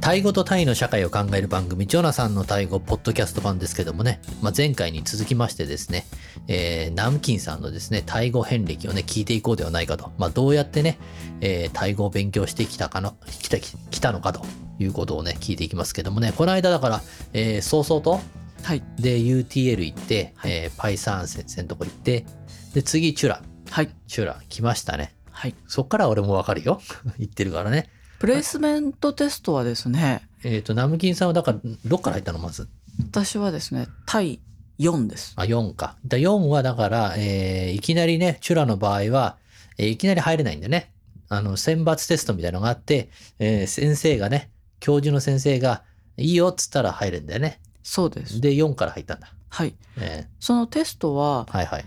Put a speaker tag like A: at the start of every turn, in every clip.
A: タイ語とタイの社会を考える番組、ジョナさんのタイ語、ポッドキャスト版ですけどもね、まあ、前回に続きましてですね、えー、ナムキンさんのですね、タイ語遍歴をね、聞いていこうではないかと、まあ、どうやってね、えー、タイ語を勉強してきたかの、きた、きたのかということをね、聞いていきますけどもね、この間だから、えー、早々と、
B: はい
A: で、UTL 行って、
B: はい
A: えーパイサン先生のとこ行って、で、次、チュラ、
B: はい
A: チュラ、来ましたね。
B: はい
A: そっから俺もわかるよ。 言ってるからね。
B: プレイスメントテストはですね
A: えっ、と、ナムキンさんはだから、どっから入ったのまず。
B: 私はですね対4です
A: あ、4か。だ4はだから、えーいきなりね、チュラの場合は、えーいきなり入れないんでね。あの、選抜テストみたいなのがあって、えー先生がね、教授の先生が、いいよっつったら入るんだよね。
B: そうです
A: で、4から入ったんだ。
B: はい
A: え
B: そのテストは
A: ーはいはい。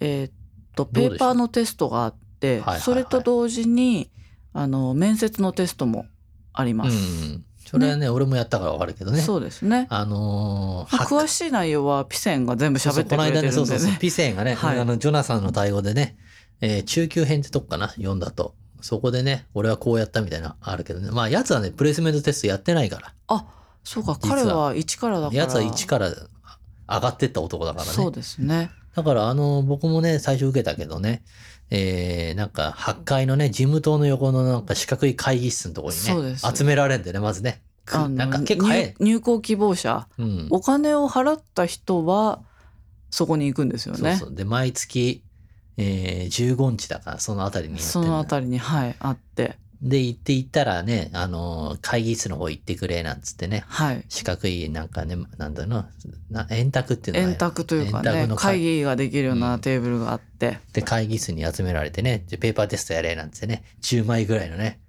B: えーっと
A: どうでし
B: ペ
A: ょう
B: ーパーのテストがあっ
A: はい
B: て
A: はいはい
B: それと同時にあの面接のテストもあり
A: う
B: ます、
A: ん。それはね、俺もやったからわかるけどね。
B: そうですね、
A: あのー
B: まあ、詳しい内容はピセンが全部喋ってくれてるんでね
A: そうそうこの間ね、そうそうそう。ピセンがね、
B: はい
A: あの、ジョナサンの対応でね、えー中級編ってとこかな、読んだと。そこでね、俺はこうやったみたいな、あるけどね。まあ、やつはね、プレイスメントテストやってないから。
B: あそうか
A: 実は
B: 彼は1からだから
A: やつは1から上がってった男だから
B: そう
A: ね。
B: ですね
A: だから、あの、僕もね、最初受けたけどね、えー、なんか、8階のね、事務棟の横のなんか四角い会議室のとこ
B: そう
A: ろにね
B: で、す
A: 集められんでね、まずね。く
B: あの
A: なんか結構早い
B: 入。入校希望者
A: うん。
B: お金を払った人はそこに行くんですよ
A: そう
B: ね。
A: そう。で、毎月、えー、15日だから、そのあたりにやって
B: そ
A: んだよ
B: のあたりに、はい、あって、
A: で、行って行ったらね、あのー、会議室の方行ってくれ、なんつってね。
B: はい。
A: 四角い、なんかね、なんだろうな、な円卓っていうのが
B: 円卓というか
A: 円卓
B: ね
A: の、
B: 会
A: 会議。
B: 議ができるようなテーブルがあって、
A: で、会議室に集められてね、でペーパーテストやれ、なんつってね、10枚ぐらいのね、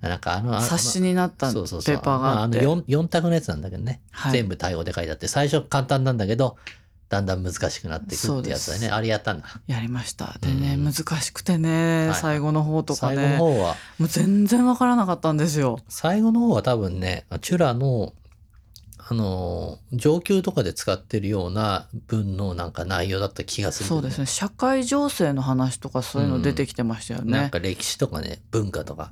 A: なんかあの、あ
B: 冊子になった
A: まあ
B: ペ
A: そうそうそう
B: ーパーがあって、
A: まあ、あの 4, 4択のやつなんだけどね、
B: はい
A: 全部対応で書いてあって、最初簡単なんだけど、だんだん難しくなっていく
B: そ
A: っ
B: う
A: て
B: で
A: やつ
B: す
A: だよね。あれやったんだ。
B: やりました。でね、
A: うん
B: 難しくてね、
A: はい
B: 最後の方とか
A: 最後の
B: ね、
A: 方は、
B: もう全然わからなかったんですよ。
A: 最後の方は多分ね、チュラの、あのー、上級とかで使ってるような文のなんか内容だった気がする、
B: そうですね、社会情勢の話とかそういうの出てきてましたよ
A: なん
B: ね。
A: か歴史とかね、文化とか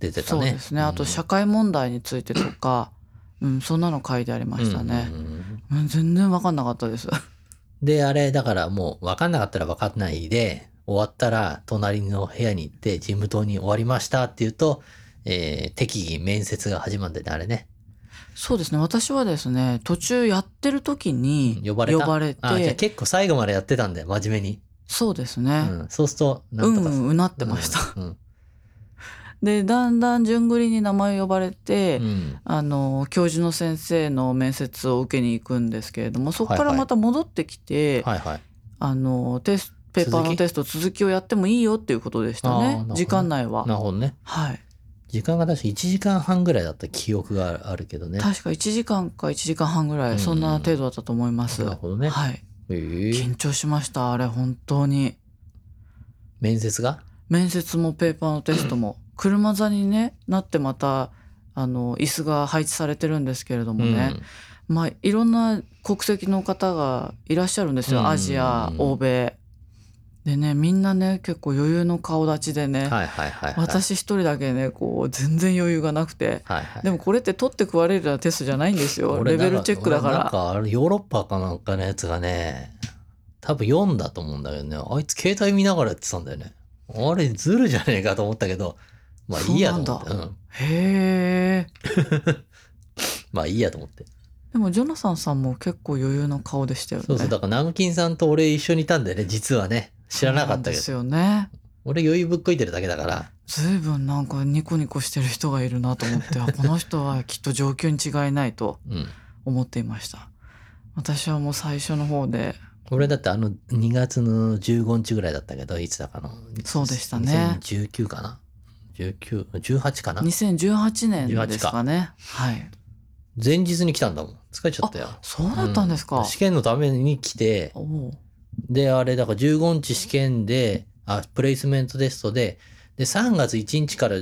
A: 出てた
B: そう
A: ね。
B: ですね、あと社会問題についてとか、うん、そんなの書いてありましたね
A: う。んうんうん
B: うん全然わかんなかったです。
A: で、あれ、だからもう分かんなかったら分かんないで、終わったら隣の部屋に行って、事務棟に終わりましたっていうと、えー適宜面接が始まるんだよね、あれね。
B: そうですね私はですね途中やってる時に
A: 呼ばれた。
B: て
A: あ、じゃあ結構最後までやってたんだよ、真面目に。
B: そうです
A: う
B: ね、
A: ん。そうすると、
B: う、
A: なんん
B: う
A: とか
B: んうなってました、。
A: うん。
B: でだんだん順繰りに名前呼ばれて、
A: うんうん
B: あの教授の先生の面接を受けに行くんですけれどもそこか
A: はい
B: ら
A: はい
B: また戻ってきて、
A: はいはい。
B: あのテスペーパー
A: 続
B: の
A: き
B: テスト続きをやってもいいよっていうことでした
A: あーなる
B: ね
A: ほどね
B: 時間内は
A: なるほどね。
B: はい
A: 時間が確か1時間半ぐらいだった記憶があるあるけどね。
B: 確か1時間か1時間半ぐら
A: うん
B: いそんな程度だったと思います、
A: なるほどね。
B: はい
A: へえ
B: 緊張しましたあれ本当に
A: 面接が
B: 面接もペーパーのテストも 車座に、ね、なってまたあの椅子が配置されてるんですけれどもね、まあ、いろんな国籍の方がいらっしゃるんですよ、
A: うん
B: アジア欧米。でねみんなね結構余裕の顔立ちでね、
A: うんはいはいはい、はい。
B: 私一人だけねこう全然余裕がなくて。
A: はいはい。
B: でもこれって取って食われるようなテストじゃないんですよ
A: 俺
B: レ
A: なん
B: ベルチェックだか
A: 俺なん
B: ら
A: かあれヨーロッパかなんかのやつがね、多分読んだと思うんだけどね、あいつ携帯見ながらやってたんだよね。あれずるじゃねえかと思ったけど、まあいいやと思って。、
B: そううんへえ
A: まあいいやと思って。
B: でもジョナサンさんも結構余裕の顔でしたよね
A: そうそう、だからナムキンさんと俺一緒にいたんだよね、実はね。知らなかった
B: そうなん
A: け
B: で
A: ど。
B: すよね
A: 俺余裕ぶっこいてるだけだから。
B: ずいぶんなんかニコニコしてる人がいるなと思ってあこの人はきっと上級に違いないと
A: うん。
B: 思っていました私はもう最初の方で
A: 俺だってあの2月の15日ぐらいだったけど、いつだかの。
B: そうでしたね
A: 19かな ?19、18かな
B: 2018年ですかねはい
A: 前日に来たんだもん。疲れちゃったよ。
B: そうだったんですか、
A: う試験のために来て、
B: おおう
A: で、あれ、だから15日試験で、あ、プレイスメントテストで、で、3月1日から、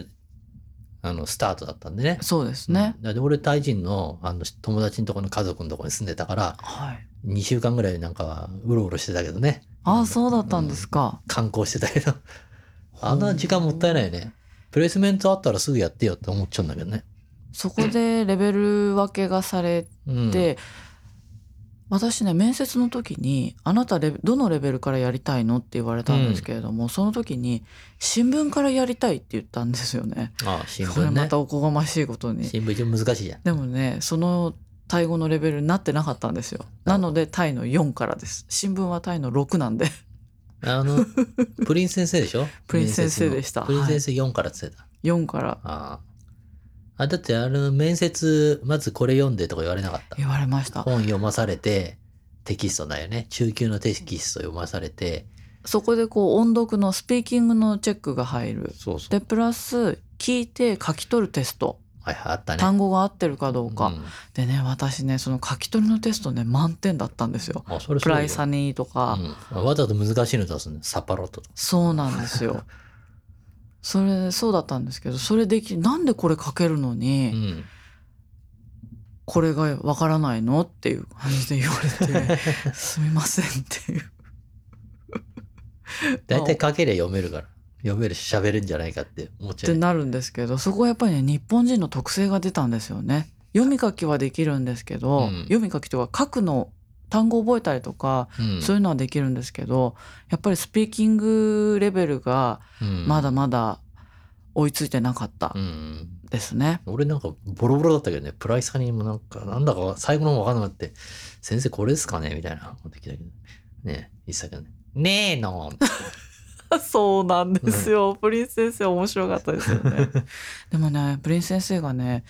A: あの、スタートだったんでね。
B: そうですね、
A: うん。だって俺、タイ人の、あの、友達のところの家族のところに住んでたから、
B: はい
A: 2週間ぐらいなんか、うろうろしてたけどね。
B: ああそうだったんですか、
A: 観光してた けど。あんな時間もったいないよね。プレイスメントあったらすぐやってよって思っちゃうんだけどね。
B: そこでレベル分けがされ
A: うん、
B: て、私ね面接の時に「あなたレベどのレベルからやりたいの?」って言われたんですけれども、その時に「新聞からやりたい」って言ったんですよね。
A: ああ新
B: これ
A: 聞
B: ま
A: ね
B: たおこがましいことに。
A: 新聞で難しいじゃん
B: でもねそのタイ語のレベルになってなかったんですよ。なのでタイの4からです。新聞はタイの6なんで
A: あのプリン先生でしょ
B: プリン先生でした
A: 面接のプリン先生4からつってた、
B: 4から
A: あああだってあの面接まずこれ読んでとか言われなかった
B: 言われました。
A: 本読まされてテキストだよね中級のテキスト読まされて
B: そこでこう音読のスピーキングのチェックが入る。
A: そうそ
B: でプラス聞いて書き取るテスト
A: はいはいあったね
B: 単語が合ってるかどうか、
A: うん
B: でね私ねその書き取りのテストね満点だったんですよ。
A: あそれ
B: プライサ
A: に、
B: ニーとか、
A: うんわざと難しいの出すねサパロットとか
B: そうなんです よ。それそうだったんですけどそれできなんでこれ書けるのに、
A: うん
B: これがわからないのっていう感じで言われてすみませんっていう。
A: 大体書けりゃ読めるから読めるし喋るんじゃないかって思っ
B: っ
A: ちゃ
B: て
A: う
B: なるんですけどそこはやっぱりね日本人の特性が出たんですよね。読み書きはできるんですけど、
A: うん
B: 読み書きとか書くの単語覚えたりとか、
A: うん
B: そういうのはできるんですけどやっぱりスピーキングレベルが
A: うん
B: まだまだ追いついてなかった
A: うん
B: ですね。
A: 俺なんかボロボロだったけどね、プライスカにもなんか、なんだか最後の方分かんなくて、先生これですかねみたいなこと聞いたけど、ねえ、言ってたけどね。ねえの
B: そうなんですよ、プリンス先生面白かったですよね でもねプリンス先生がね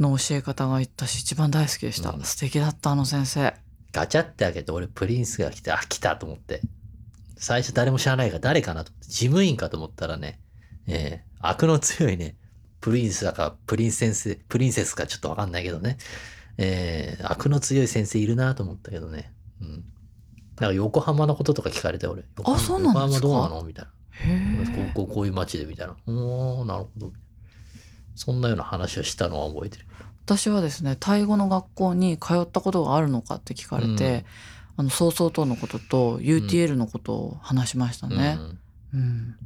B: の教え方が私一番大好きでした、
A: うん
B: 素敵だったあの先生
A: ガチャって開けて俺プリンスが来て、あ、来たと思って。最初誰も知らないから誰かなと思って、事務員かと思ったらね、ええ悪の強いね、プリンスだかプリンス先生、プリンセスかちょっと分かんないけどね、ええ悪の強い先生いるなと思ったけどね。うん。なんか横浜のこととか聞かれて俺、横浜
B: そうなんですか
A: 横浜どうなのみたいな。
B: へえ
A: こうこうこういう街でみたいな。おーなるほど。そんなような話をしたのは覚えてる。
B: 私はですねタイ語の学校に通ったことがあるのかって聞かれて、あの早々とのことと UTL のことを話しましたね、うん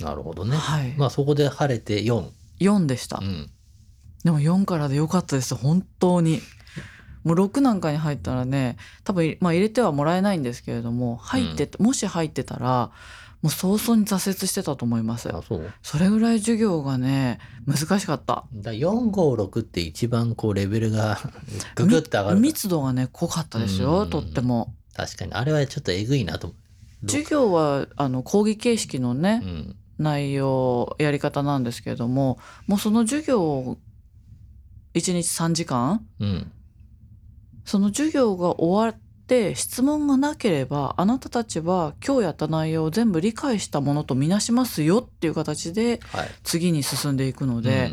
A: なるほどね。
B: はい、
A: まあそこで晴れて4。
B: 4でした、
A: うん。
B: でも4からでよかったです本当にもう6なんかに入ったらね多分、まあ、入れてはもらえないんですけれども入って、もし入ってたらもう早々に挫折してたと思います
A: あそう。
B: それぐらい授業がね難しかった
A: だ456って一番こうレベル がググッと上がる。
B: 密度がね濃かったですよ、
A: うん
B: とっても
A: 確かに。あれはちょっとえぐいなと思う。
B: 授業はあの講義形式のね、
A: うん。
B: 内容やり方なんですけれどももうその授業を1日3時間
A: うん。
B: その授業が終わって質問がなければあなたたちは今日やった内容を全部理解したものとみなしますよっていう形で
A: はい。
B: 次に進んでいくので、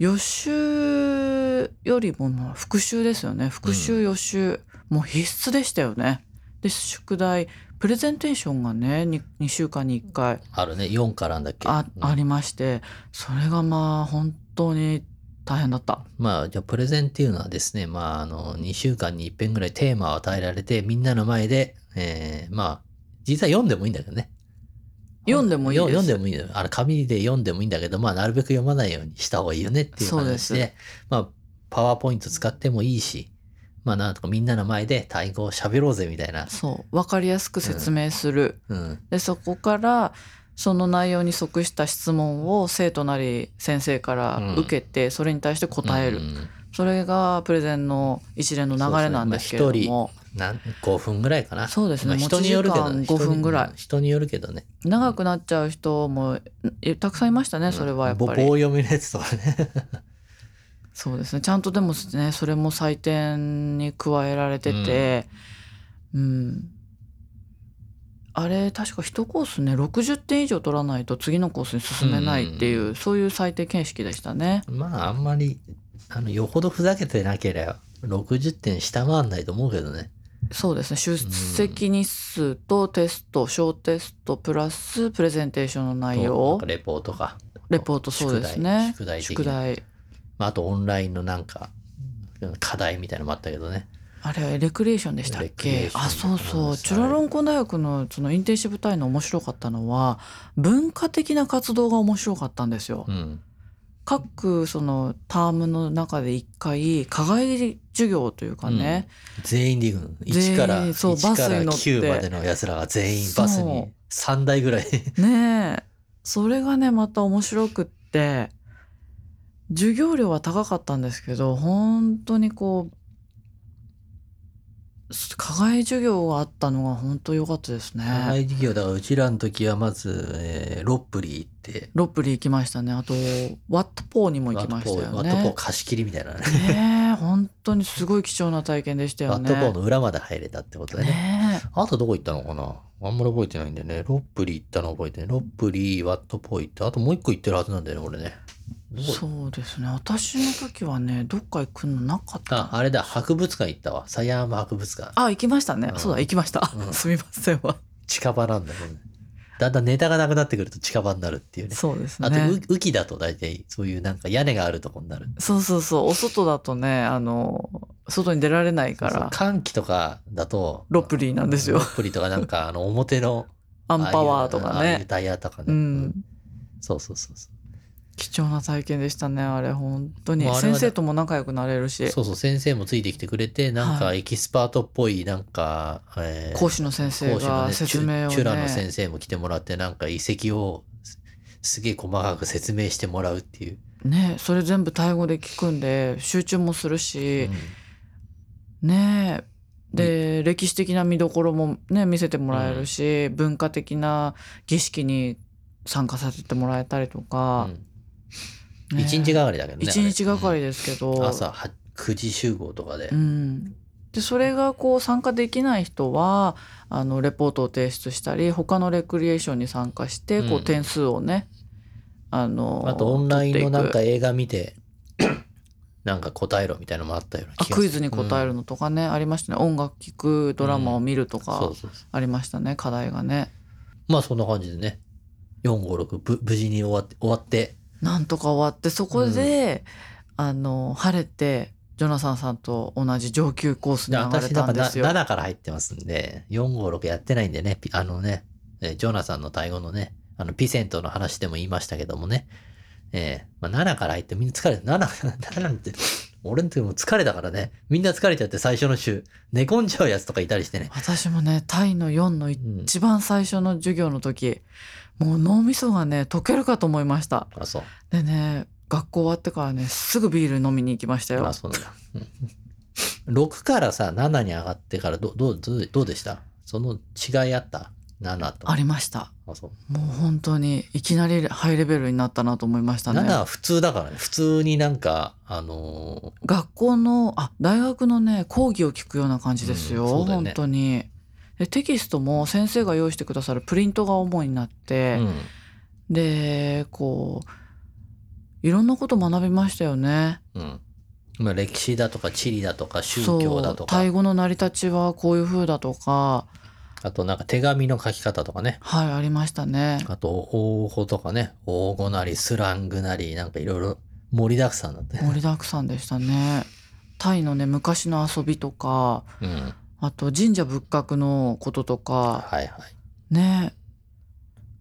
B: 予習よりもまあ復習ですよね復習予習、もう必須でしたよね。で宿題プレゼンテーションがね 2, 週間に1
A: う
B: 回
A: んあるね。4からなんだっけ。
B: あ,、
A: うん
B: ありましてそれがまあ本当に大変だった。
A: まあ、じゃあプレゼンっていうのはですね、まあ、あの、2週間に1遍ぐらいテーマを与えられて、みんなの前で、えー、まあ、実際読んでもいいんだけどね。
B: 読んでもいいです
A: よ読んでもいいんだよ。あの、紙で読んでもいいんだけど、まあ、なるべく読まないようにした方がいいよねっていう
B: そうで
A: 話
B: す
A: で、まあ、パワーポイント使ってもいいし、まあ、なんとかみんなの前でタイ語を喋ろうぜみたいな。
B: そう分かりやすく説明する、
A: うん。
B: でそこからその内容に即した質問を生徒なり先生から受けて、それに対して答える、
A: うん
B: それがプレゼンの一連の流れなんですけれども、
A: なん5分ぐらいかな。
B: そうですね
A: まあ人によるけどね。
B: 持ち時間5分ぐらい
A: 人に人によるけどね。
B: 長くなっちゃう人もえたくさんいましたねそれはやっぱり、
A: 棒読みのやつとかね。
B: そうですねちゃんとでもねそれも採点に加えられててうん、あれ確か1コースね60点以上取らないと次のコースに進めないっていう、
A: う
B: そういう採点形式でしたね。
A: まああんまりあのよほどふざけてなければ60点下回んないと思うけどね。
B: そうですね出席日数とテスト、小テストプラスプレゼンテーションの内
A: なん
B: 容
A: かレポートか。
B: レポートそうですね
A: 宿題宿
B: 宿
A: 題的な
B: 題
A: まあ、あとオンラインのなんか課題みたいなのもあったけどね。
B: あれはレクリエーションでしたっ
A: レクリエー
B: け
A: ション
B: あそう
A: う
B: そ
A: ん
B: うチュラロンコ大学のそのインテンシブタイの面白かったのは文化的な活動が面白かったんですよ
A: う。ん。
B: 各そのタームの中で一回課外授業というかね、
A: 全員で行くの1から
B: 全員そう
A: 1か
B: バス
A: ら
B: に乗って
A: 9までのやつらが全員バス
B: そう
A: に3台ぐらい
B: ねえそれがねまた面白くって授業料は高かったんですけど本当にこう課外授業があったのが本当良かったですね。
A: 課外授業だからうちらの時はまず、えーロップリー行って
B: ロップリー行きましたねあとワットポーにも行きましたよね。
A: ワットポーワットポー貸し切りみたいなね
B: ねえ本当にすごい貴重な体験でしたよ
A: ワッ
B: ね。
A: トポーの裏まで入れたってことでね
B: ねえ
A: あとどこ行ったのかなあんまり覚えてないんでね。ロップリー行ったの覚えてね。ロップリー、ワットポー行った。あともう一個行ってるはずなんだよね、俺ね。どこ
B: そうですね私の時はねどっか行くのなかった
A: あ、あれだ、博物館行ったわ。狭山博物館。
B: あ行きましたね、
A: うん
B: そうだ行きました、
A: うん
B: すみませんは
A: 近場なんだよね。だんだんネタがなくなってくると近場になるっていうね。
B: そうです
A: あと、
B: ね
A: う雨季だと大体そういうなんか屋根があるとこになる。
B: そうそうそうお外だとねあの外に出られないから
A: そう寒気とかだと。
B: ロップリーなんですよ
A: ロップリーとかなんかあの表の。
B: アンパワーとか
A: ああいうああいう
B: ね
A: タイヤとかね。
B: う
A: うん
B: ん
A: そうそうそうそう。
B: 貴重な体験でしたねあれ本当に
A: もうあれは
B: 先
A: ね
B: 生とも仲良くなれるし
A: そうそう、先生もついてきてくれて、なんか
B: は
A: エキスパートっぽい、なんか、えー
B: 講師の先生
A: 講師の
B: が
A: ね
B: 説明を
A: チュチュラの
B: ね
A: 先生も来てもらって、なんか遺跡をすすげえ細かく説明してもらうっていう。
B: ねそれ全部タイ語で聞くんで集中もするし、
A: う
B: ねで歴史的な見どころもね見せてもらえるし、文化的な儀式に参加させてもらえたりと
A: ん
B: か、
A: うん
B: ね
A: 一日がかりだけどね。
B: 一日がかり
A: で。
B: ですけ
A: う
B: ど、
A: ん朝は9時集合とかで
B: う。ん、でそれがこう参加できない人はあのレポートを提出したり他のレクリエーションに参加してこ
A: う
B: うん点数をね、あの
A: あとオンラインのなんか
B: 取っていく
A: 映画見て、 なんか答えろみたいなのもあったような気
B: あ
A: がする。
B: クイズに答えるのとかね、ありましたね音楽聴くドラマを見ると
A: うんそう
B: か
A: そうそう。
B: ありましたね、課題がね。
A: まあそんな感じでね。456ぶ無事に終わって終わって
B: なんとか終わってそこで、あの晴れてジョナサンさんと同じ上級コースに
A: で
B: 上がれ
A: 私な
B: た
A: んん
B: で
A: か
B: すよ。
A: 7から入ってますんで、456やってないんでね、ピあのね、えージョナサンの対語のね、あのピセントの話でも言いましたけどもね、えーまあ、7から入ってみんな疲れて、7、7なんて、俺の時も疲れたからね、みんな疲れちゃって最初の週、寝込んじゃうやつとかいたりしてね。
B: 私もねタイの4の
A: うん。
B: 一番最初の授業の時もう脳みそがね溶けるかと思いました。
A: あ、そう。
B: でね学校終わってからねすぐビール飲みに行きましたよ
A: あ、。そうなんだ。うん6からさ、7に上がってからど、どう、どう、どうでしたその違いあった ?7 と。
B: ありました。
A: あそう
B: もう本当にいきなりハイレベルになったなと思いましたね。
A: 7は普通だからね。普通になんか、あのー
B: 学校のあ大学のね講義を聞くような感じですよ,、
A: うんそうだよ
B: 本
A: ね
B: 当にでテキストも先生が用意してくださるプリントが主になって、
A: うん
B: でこういろんなこと学びましたよね
A: うん。まあ歴史だとか地理だとか宗教だ
B: そう
A: とか
B: タイ、語の成り立ちはこういう風だとか
A: あとなんか手紙の書き方とかね。
B: はいありましたね
A: あと、応語とかね。応語なり、スラングなり、なんかいろいろ盛りだくさんだったよ
B: 盛りだくさんでしたねタイのね昔の遊びとか
A: うん。
B: あと神社仏閣のこととか
A: はいはい。
B: ね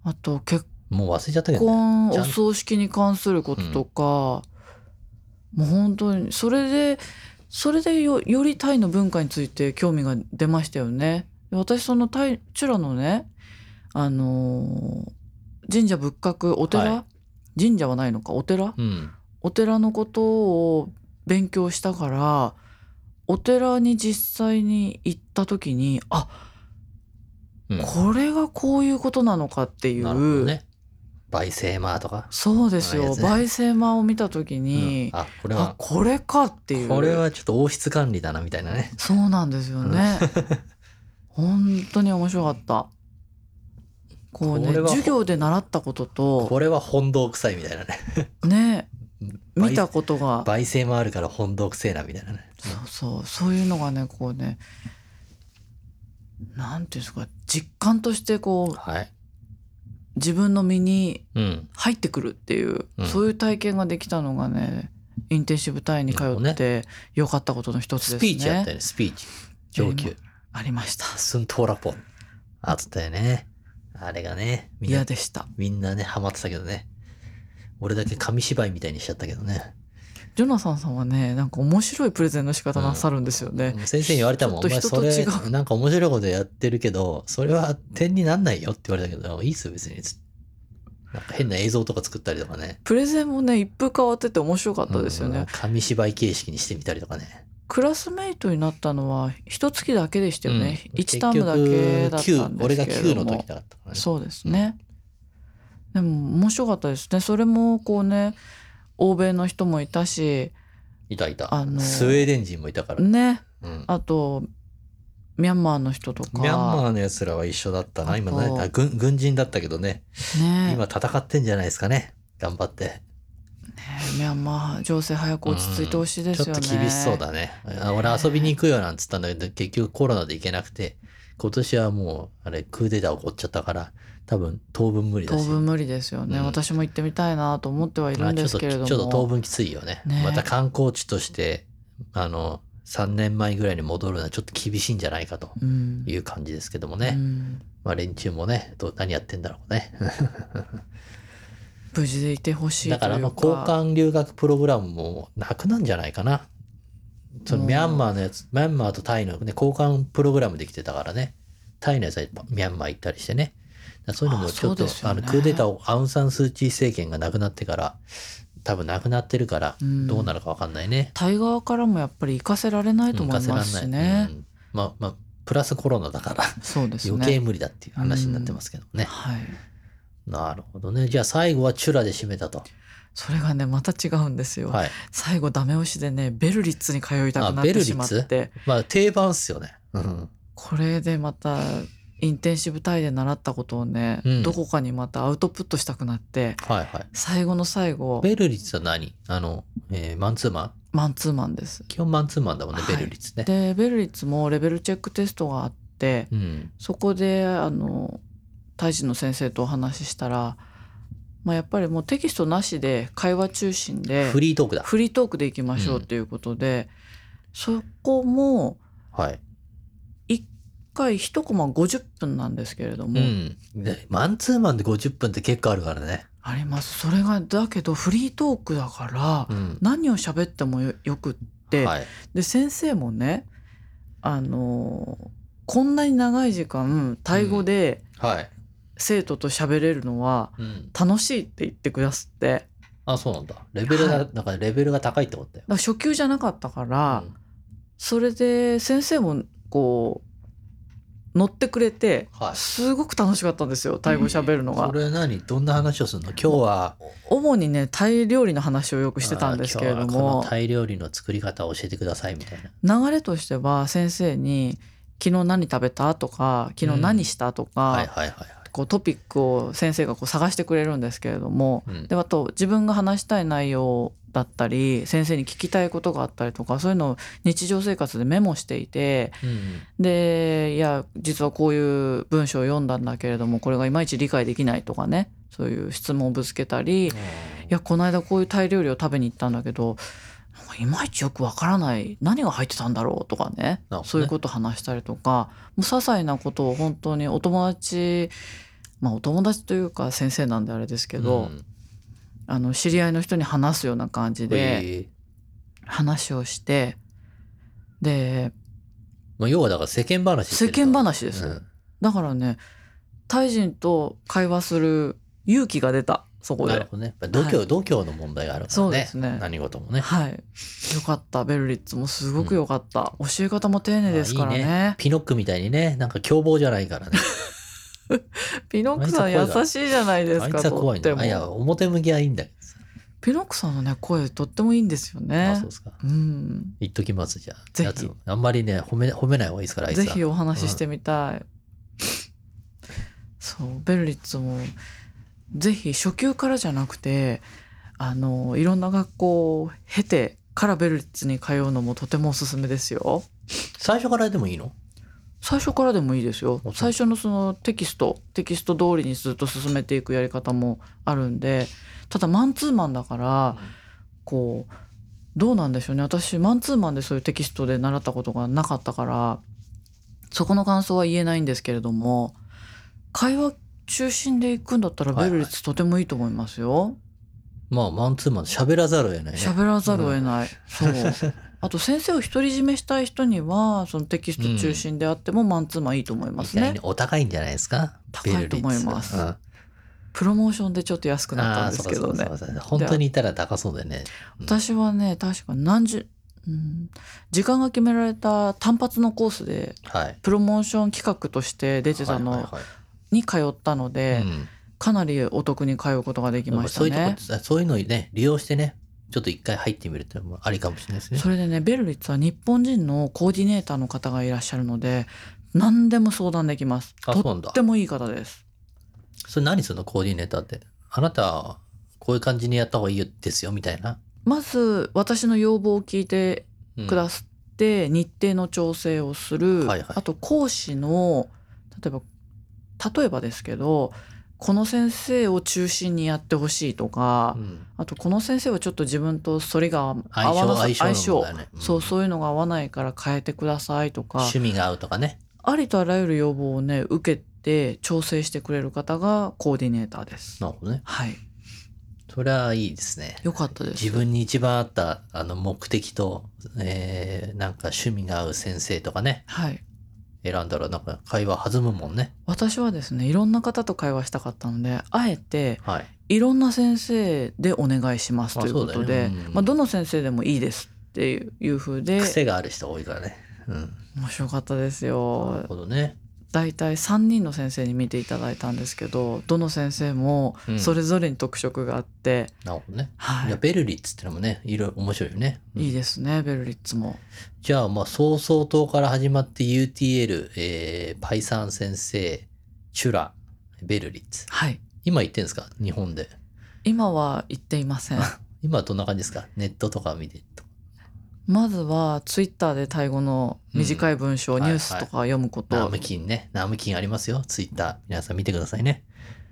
B: あと結
A: もう忘れちゃったけ
B: 結
A: どね。
B: 婚
A: ちゃ
B: お
A: ん
B: 葬式に関することとか、もう本当にそれでそれでよよりタイの文化について興味が出ましたよね。で私そのタイチュラのねあのー神社仏閣お寺、
A: は
B: 神社はないのかお寺
A: うん。
B: お寺のことを勉強したからお寺に実際に行った時にあ
A: うん。
B: これがこういうことなのかっていう。
A: なるほどね。バイセーマーとか。
B: そうです
A: ああいう
B: よ。
A: やつね
B: 焙煎マを見たとき
A: うん
B: に、
A: あ、これ
B: あ
A: は、
B: これかっていう。
A: これはちょっと王室管理だな、みたいなね。
B: そうなんですよね。本当に面白かった。こうね
A: これは
B: 授業で習ったことと
A: これは本堂臭いみたいなね。
B: ね
A: バイ
B: 見たことが
A: バイセーマーあるから本堂臭いな、みたいなね。
B: そうそうそういうのがねこうねなんていうんですか実感としてこう
A: はい。
B: 自分の身に
A: うん。
B: 入ってくるっていう、
A: うん
B: そういう体験ができたのがねインテンシブタイに通
A: な
B: っ
A: るほど
B: て良かったことの一つですね。
A: スピーチやったよね、スピーチ。上級。
B: ありました。
A: スントーラポ。あったよね。あれがね、みん
B: 嫌
A: な、
B: でした。
A: みんなね、ハマってたけどね。俺だけ紙芝居みたいにしちゃったけどね。
B: ジョナサンさんはねなんか面白いプレゼンの仕方なさるんですよね、
A: 先生に言われたもん、お
B: ちょっと
A: 前
B: 人
A: そ
B: と違
A: れ
B: う、
A: なんか面白いことやってるけど、それは点になんないよって言われたけど、いいっすよ、別に。なんか変な映像とか作ったりとかね。
B: プレゼンもね一風変わってて面白かったですよね、
A: うん紙芝居形式にしてみたりとかね。
B: クラスメイトになったのは一月だけでしたよね、
A: うん
B: 一タームだけだったん
A: 結局9
B: で
A: 俺
B: す
A: が
B: けれ
A: 9
B: ど
A: の
B: も
A: 時だったからね。
B: そうですね、でも面白かったですねそれもこうね欧米の人もいたし
A: いたいた。
B: あの
A: スウェーデン人もいたから。
B: ね
A: うん
B: あとミャンマーの人とか
A: ミャンマーの奴らは一緒だったな。
B: あと
A: 今何だ軍、軍人だったけどね。
B: ね
A: 今戦ってんじゃないですかね。頑張って。
B: ミャンマー情勢早く落ち着いてほしいで
A: ちょ
B: す
A: っ
B: よ
A: と
B: ね、
A: 厳しそうだね。あ俺遊びに行くよなんつったんだけど、結局コロナで行けなくて、今年はもう、あれ、クーデター起こっちゃったから、多分当分無理だ
B: 当
A: し。
B: 分無理ですよね、
A: うん
B: 私も行ってみたいなと思ってはいるんですけれども
A: あちょっとちょっと当分きついよね
B: ね
A: また観光地としてあの3年前ぐらいに戻るのはちょっと厳しいんじゃないかと
B: うん
A: いう感じですけどもね、
B: うん
A: まあ連中もねどう何やってんだろうね
B: 無事でいてほしいと
A: だ
B: いうか
A: からあの交換留学プログラムもなくなんじゃないかなその
B: うん
A: ミャンマーのやつミャンマーとタイの、ね、交換プログラムできてたからねタイのやつはミャンマー行ったりしてねだからそういうのも
B: あ
A: ちょっと
B: そう
A: あ、の
B: ですよね
A: クーデターをアウン・サン・スー・チー政権がなくなってから多分なくなってるから
B: うん
A: どうなるかわかんないね、
B: 対側からもやっぱり行かせられないと思いますしね、
A: うんまあまあ、プラスコロナだから、
B: そうですね
A: 余計無理だっていう話になってますけどね。
B: はい
A: なるほどね。じゃあ最後はチュラで締めたと。
B: それがねまた違うんですよ、
A: はい。
B: 最後ダメ押しでねベルリッツに通いたくな
A: あ
B: っ
A: ベル
B: て
A: リ
B: しま
A: ッ
B: っ
A: ツ
B: て
A: まあ定番っすよね。うん。
B: これでまたインテンシブタイで習ったことをね、
A: うん
B: どこかにまたアウトプットしたくなって
A: はいはい。
B: 最後の最後
A: ベルリッツは何あの、えーマンツーマン
B: マンツーマンです。
A: 基本マンツーマンだもんね、
B: はい
A: ベルリッツね。
B: でベルリッツもレベルチェックテストがあって
A: うん。
B: そこであの大使の先生とお話ししたら、まあ、やっぱりもうテキストなしで会話中心で
A: フリートークだ。
B: フリートークでいきましょうということで、そこも
A: はい。
B: 1回1コマ50分なんですけれど
A: う
B: も、
A: ん。でマンツーマンで50分って結構あるからね。
B: ありますそれがだけどフリートークだから、
A: うん。
B: 何を喋ってもよよくって、
A: はい。
B: で先生もねあのこんなに長い時間タイ語で
A: はい。
B: 生徒と喋れるのは
A: うん。
B: 楽しいって言ってくださってだか
A: あ、そうなんだ。レベルが、
B: は
A: なんかレベルが高いってことだよ。
B: ら初級じゃなかったから、
A: うん
B: それで先生もこう乗ってくれて、
A: はい
B: すごく楽しかったんですよタイ語喋るのが
A: そ。れ何どんな話をするの今日は
B: 主にねタイ料理の話をよくしてたんですけれ
A: あ
B: ど
A: ー今日はこ
B: も
A: のタイ料理の作り方を教えてくださいみたいな。
B: 流れとしては先生に「昨日何食べた?」とか「昨日何した?」とか、
A: はいはいはいはい。
B: こうトピックを先生がこう探してくれるんですけれども、
A: うん
B: であと自分が話したい内容だったり先生に聞きたいことがあったりとかそういうのを日常生活でメモしていて
A: うん
B: でいや実はこういう文章を読んだんだけれどもこれがいまいち理解できないとかねそういう質問をぶつけたり、いやこの間こういうタイ料理を食べに行ったんだけどなんかいまいちよくわからない何が入ってたんだろうとかね
A: なるほどね
B: そういうこと話したりとかもう些細なことを本当にお友達まあお友達というか先生なんであれですけど、
A: うん
B: あの知り合いの人に話すような感じで
A: えー
B: 話をしてで
A: まあ、要はだから世間話して
B: 世
A: ると
B: 間話です、
A: うん
B: だからねタイ人と会話する勇気が出たそこ
A: なる
B: で。
A: ほどね。やっぱ度胸、
B: は
A: 度胸の問題があるからね。
B: そうですね
A: 何事もね。
B: はい、よかったベルリッツもすごくよかった、教え方も丁寧ですから
A: まあいい
B: ね
A: ピノックみたいにね、なんか凶暴じゃないからね。
B: ピノックさん優しいじゃないで
A: あ
B: す
A: い
B: か
A: つは
B: と
A: 怖
B: っ
A: いの
B: て
A: よ。あいや、
B: も
A: 表向きはいいんだけどさ。
B: ピノックさんのね声とってもいいんですよ
A: あ、
B: ね
A: そうですか。
B: うん
A: 言っときます、じゃあ。
B: ぜひ
A: やつあんまりね、褒め、褒めない方がいいですから、あいつ
B: ぜ
A: は。
B: ひお話ししてみたい、そうベルリッツもぜひ初級からじゃなくてあのいろんな学校を経てからベルリッツに通うのもとてもおすすめですよ
A: 最初からでもいいの
B: 最初からでもいいですよ
A: そう
B: 最初のそのテキストテキスト通りにずっと進めていくやり方もあるんでただマンツーマンだからこうどうなんでしょうね私マンツーマンでそういうテキストで習ったことがなかったからそこの感想は言えないんですけれども会話中心で行くんだったら
A: はいは
B: ベ
A: い
B: ルリッツとてもいいと思いますよ。
A: まあマンツーマンで喋らざるを得ないね。
B: 喋らざるを得ない、 そうあと先生を独り占めしたい人にはそのテキスト中心であってもマンツーマンいいと思いますね,、
A: みたいにお高いんじゃないですか
B: 高いと思います
A: ベル率
B: プロモーションでちょっと安く
A: うん、
B: なった
A: あ
B: ん
A: あ
B: で
A: そ
B: す
A: うか
B: け
A: そ
B: ど
A: うか
B: ね
A: そうか本当にいたら高そうだよね。
B: 私はね確か何十、うん、時間が決められた単発のコースで
A: はい。
B: プロモーション企画として出てた
A: はいはい
B: の
A: はい
B: に通ったので、
A: うん
B: かなりお得に通うことができました
A: そういうとこ
B: ね。
A: そういうのをね利用してねちょっと一回入ってみるっていうのもありかもしれないですね。
B: それでねベルリッツは日本人のコーディネーターの方がいらっしゃるので何でも相談できます。
A: あそう
B: と
A: なんだ
B: っ。てもいい方です。
A: それ何するのコーディネーターって。あなたこういう感じにやった方がいいですよみたいな。
B: まず私の要望を聞いて
A: うん
B: くださって日程の調整をする、
A: はいはい
B: あと講師の例えば例えばですけどこの先生を中心にやってほしいとか、
A: うん
B: あとこの先生はちょっと自分と反りが合
A: 相
B: わな
A: 性
B: さ
A: 相性の問
B: 相性
A: 題ね。ん
B: そうそういうのが合わないから変えてくださいとか
A: 趣味が合うとかね。
B: ありとあらゆる要望をね受けて調整してくれる方がコーディネーターです。
A: なるほどね。
B: はい、
A: それはいいですね。
B: よかったです
A: 自。分に一番合ったあの目的と、えーなんか趣味が合う先生とかね
B: はい、
A: 選んだらなんか会話弾むもんね
B: 私はですねいろんな方と会話したかったのであえて
A: はい
B: いろんな先生でお願いしますというこ
A: あそ
B: と
A: うだ
B: で、
A: よねうん
B: まあ、どの先生でもいいですっていういう風で
A: 癖がある人多いからねうん
B: 面白かったです
A: なる
B: よ
A: ほどね
B: だいたい3人の先生に見ていただいたんですけどどの先生も
A: うん
B: それぞれに特色があって、
A: なるほどね
B: はいい
A: やベルリッツってのもねいろいろ面白いよね、うん
B: いいですねベルリッツも
A: じゃあまあ早々党から始まって UTL、えーパイサン先生チュラベルリッツ
B: はい
A: 今言ってんですか日本で
B: 今は行ってい ません
A: 今どんな感じですかネットとか見てと
B: まずはツイッターでタイ語の短い文章、
A: うん
B: ニュースとか読むこと、
A: ナムキンねナムキンありますよツイッター皆さん見てくださいね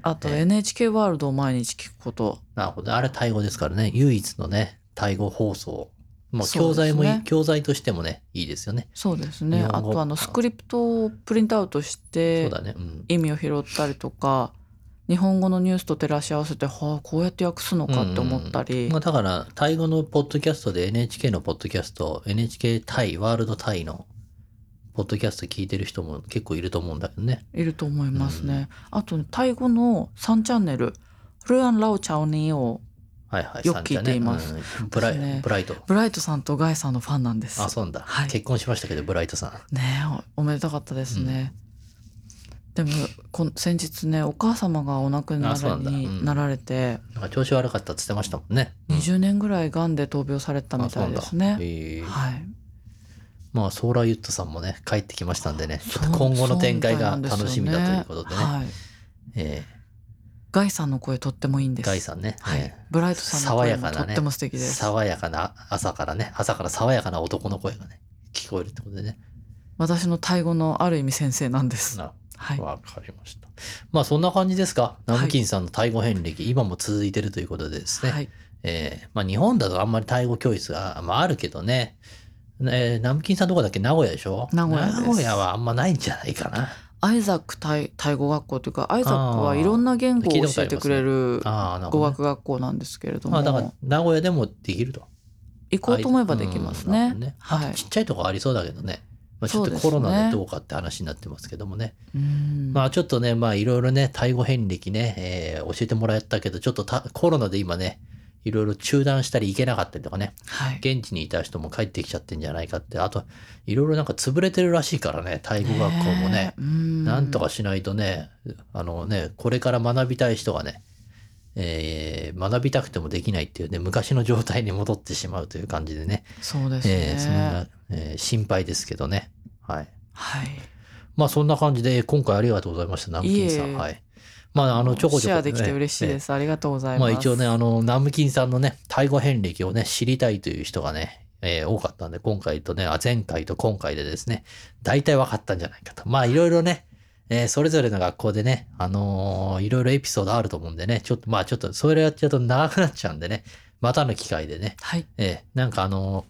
B: あと
A: ええ
B: NHK ワールドを毎日聞くこと
A: なるほど。あれタイ語ですからね。唯一のね、タイ語放送。まあ、
B: そう
A: 教
B: ですね
A: 材もいい、教材としてもね、いいですよね。
B: そうですね
A: 日
B: あ
A: 本語
B: とあのスクリプトをプリントアウトし
A: そう
B: て
A: だね。うん。
B: 意味を拾ったりとか日本語のニュースと照らし合わせてはあこうやって訳すのかって思ったり、
A: まあ、だから、タイ語のポッドキャストで NHK のポッドキャスト、NHK タイ、ワールドタイのポッドキャスト聞いてる人も結構いると思うんだけどね。
B: いると思いますね。あとタイ語の3チャンネル「ルアン・ラオ・チャオニー」を
A: はいはい。
B: よく聞いています
A: 三茶ねうんブライ、
B: ですね
A: ブライト。
B: ブライトさんとガイさんのファンなんです。
A: あ、そうなんだ、
B: はい
A: 結婚しましたけど、ブライトさん。
B: ねえおおめでたかったですね。でもこん先日ねお母様がお亡くな
A: あそうな
B: り
A: んだう
B: に
A: ん
B: なられて、
A: なんか調子悪かったって言ってましたもんね。うん
B: 20年ぐらい癌で闘病されてたみたいです
A: あそうなんだ
B: ね。
A: へえ
B: はい、
A: まあ、ソーラーユットさんもね、帰ってきましたんでね、ちょっと
B: そう
A: 今後
B: そ
A: の
B: う
A: 展開
B: みたな
A: が
B: んですよ
A: 楽しみだということでね。
B: はい
A: え
B: ガイさんの声とってもいいんで
A: ー
B: す。
A: ガイさんね、
B: はい、
A: え
B: ブライトさんの
A: 爽
B: 声
A: や
B: も
A: か
B: と
A: な
B: っ
A: ね
B: ても素敵です。
A: 爽やかな朝からね、朝から爽やかな男の声がね、聞こえるってことでね。
B: 私のタイ語のある意味先生なんです。
A: な
B: はい。
A: わかりました。まあ、そんな感じですか。ナムキンさんのタイ語遍歴、今も続いてるということでですね。
B: はい。
A: えーまあ、日本だとあんまりタイ語教室が、まあ、あるけどね、えーナムキンさんどこだっけ名古屋でしょ
B: 名古屋です
A: 名古屋はあんまないんじゃないかな。
B: アイザックタイタイ語学校というか、アイザックはいろんな言語を教えてくれる
A: ああ、なるほ
B: 語
A: どね、
B: 学学校なんですけれど
A: ま
B: も、
A: あだから名古屋でもできると。
B: 行こうと思えばできます
A: うんなる
B: ね
A: ほど。
B: はい。
A: ちっちゃいとこありそうだけどね。まあ、ちょっ
B: そう
A: と
B: です
A: コ
B: ね
A: ロナでどうかって話になってますけどもね。
B: うん
A: まあちょっとね、まあいろいろね、タイ語遍歴ね、えー教えてもらったけど、ちょっとたコロナで今ね、いろいろ中断したり行けなかったりとかね、
B: はい。
A: 現地にいた人も帰ってきちゃってんじゃないかって、あと、いろいろなんか潰れてるらしいからね、タイ語学校もね
B: え、うん
A: なんとかしないとね、あのね、これから学びたい人がね、えー学びたくてもできないっていうね、昔の状態に戻ってしまうという感じでね、
B: そうです
A: え
B: ね
A: ー。そんな、えー心配ですけどね。はい。
B: はい。
A: まあそんな感じで、今回ありがとうございました、ナムキンさ
B: いえい
A: ん。
B: え
A: はい。まああの、ちょこちょこ、ね。
B: シェアできて嬉しいです。ありがとうござ
A: え
B: い
A: ー。ま
B: ま
A: あ
B: す。
A: 一応ね、あの、ナムキンさんのね、タイ語遍歴をね、知りたいという人がね、えー多かったんで、今回とね、あ、前回と今回でですね、大体分かったんじゃないかと。まあいろいろね、えーそれぞれの学校でね、あのーいろいろエピソードあると思うんでね、ちょっと、まあちょっと、それやっちゃうと長くなっちゃうんでね、またの機会でね、
B: はい。
A: ええ、なんかあの、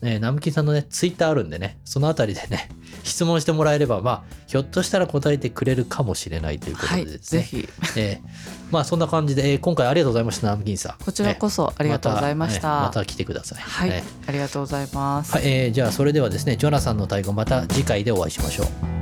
A: えー、南木さんのね、ツイッターあるんでね、そのあたりでね、質問してもらえれば、まあ、ひょっとしたら答えてくれるかもしれないということ
B: は
A: で
B: い、
A: ですね。
B: ぜひ
A: えーまあ、そんな感じで、えー今回ありがとうございました、南木さん。
B: こちらこそあ
A: あ
B: りがとうございました。
A: また,えー、また来てください。
B: はい、
A: えー
B: ありがとうございます。
A: はい、えーじゃあそれではですね、ジョナサンの太鼓また次回でお会いしましょう。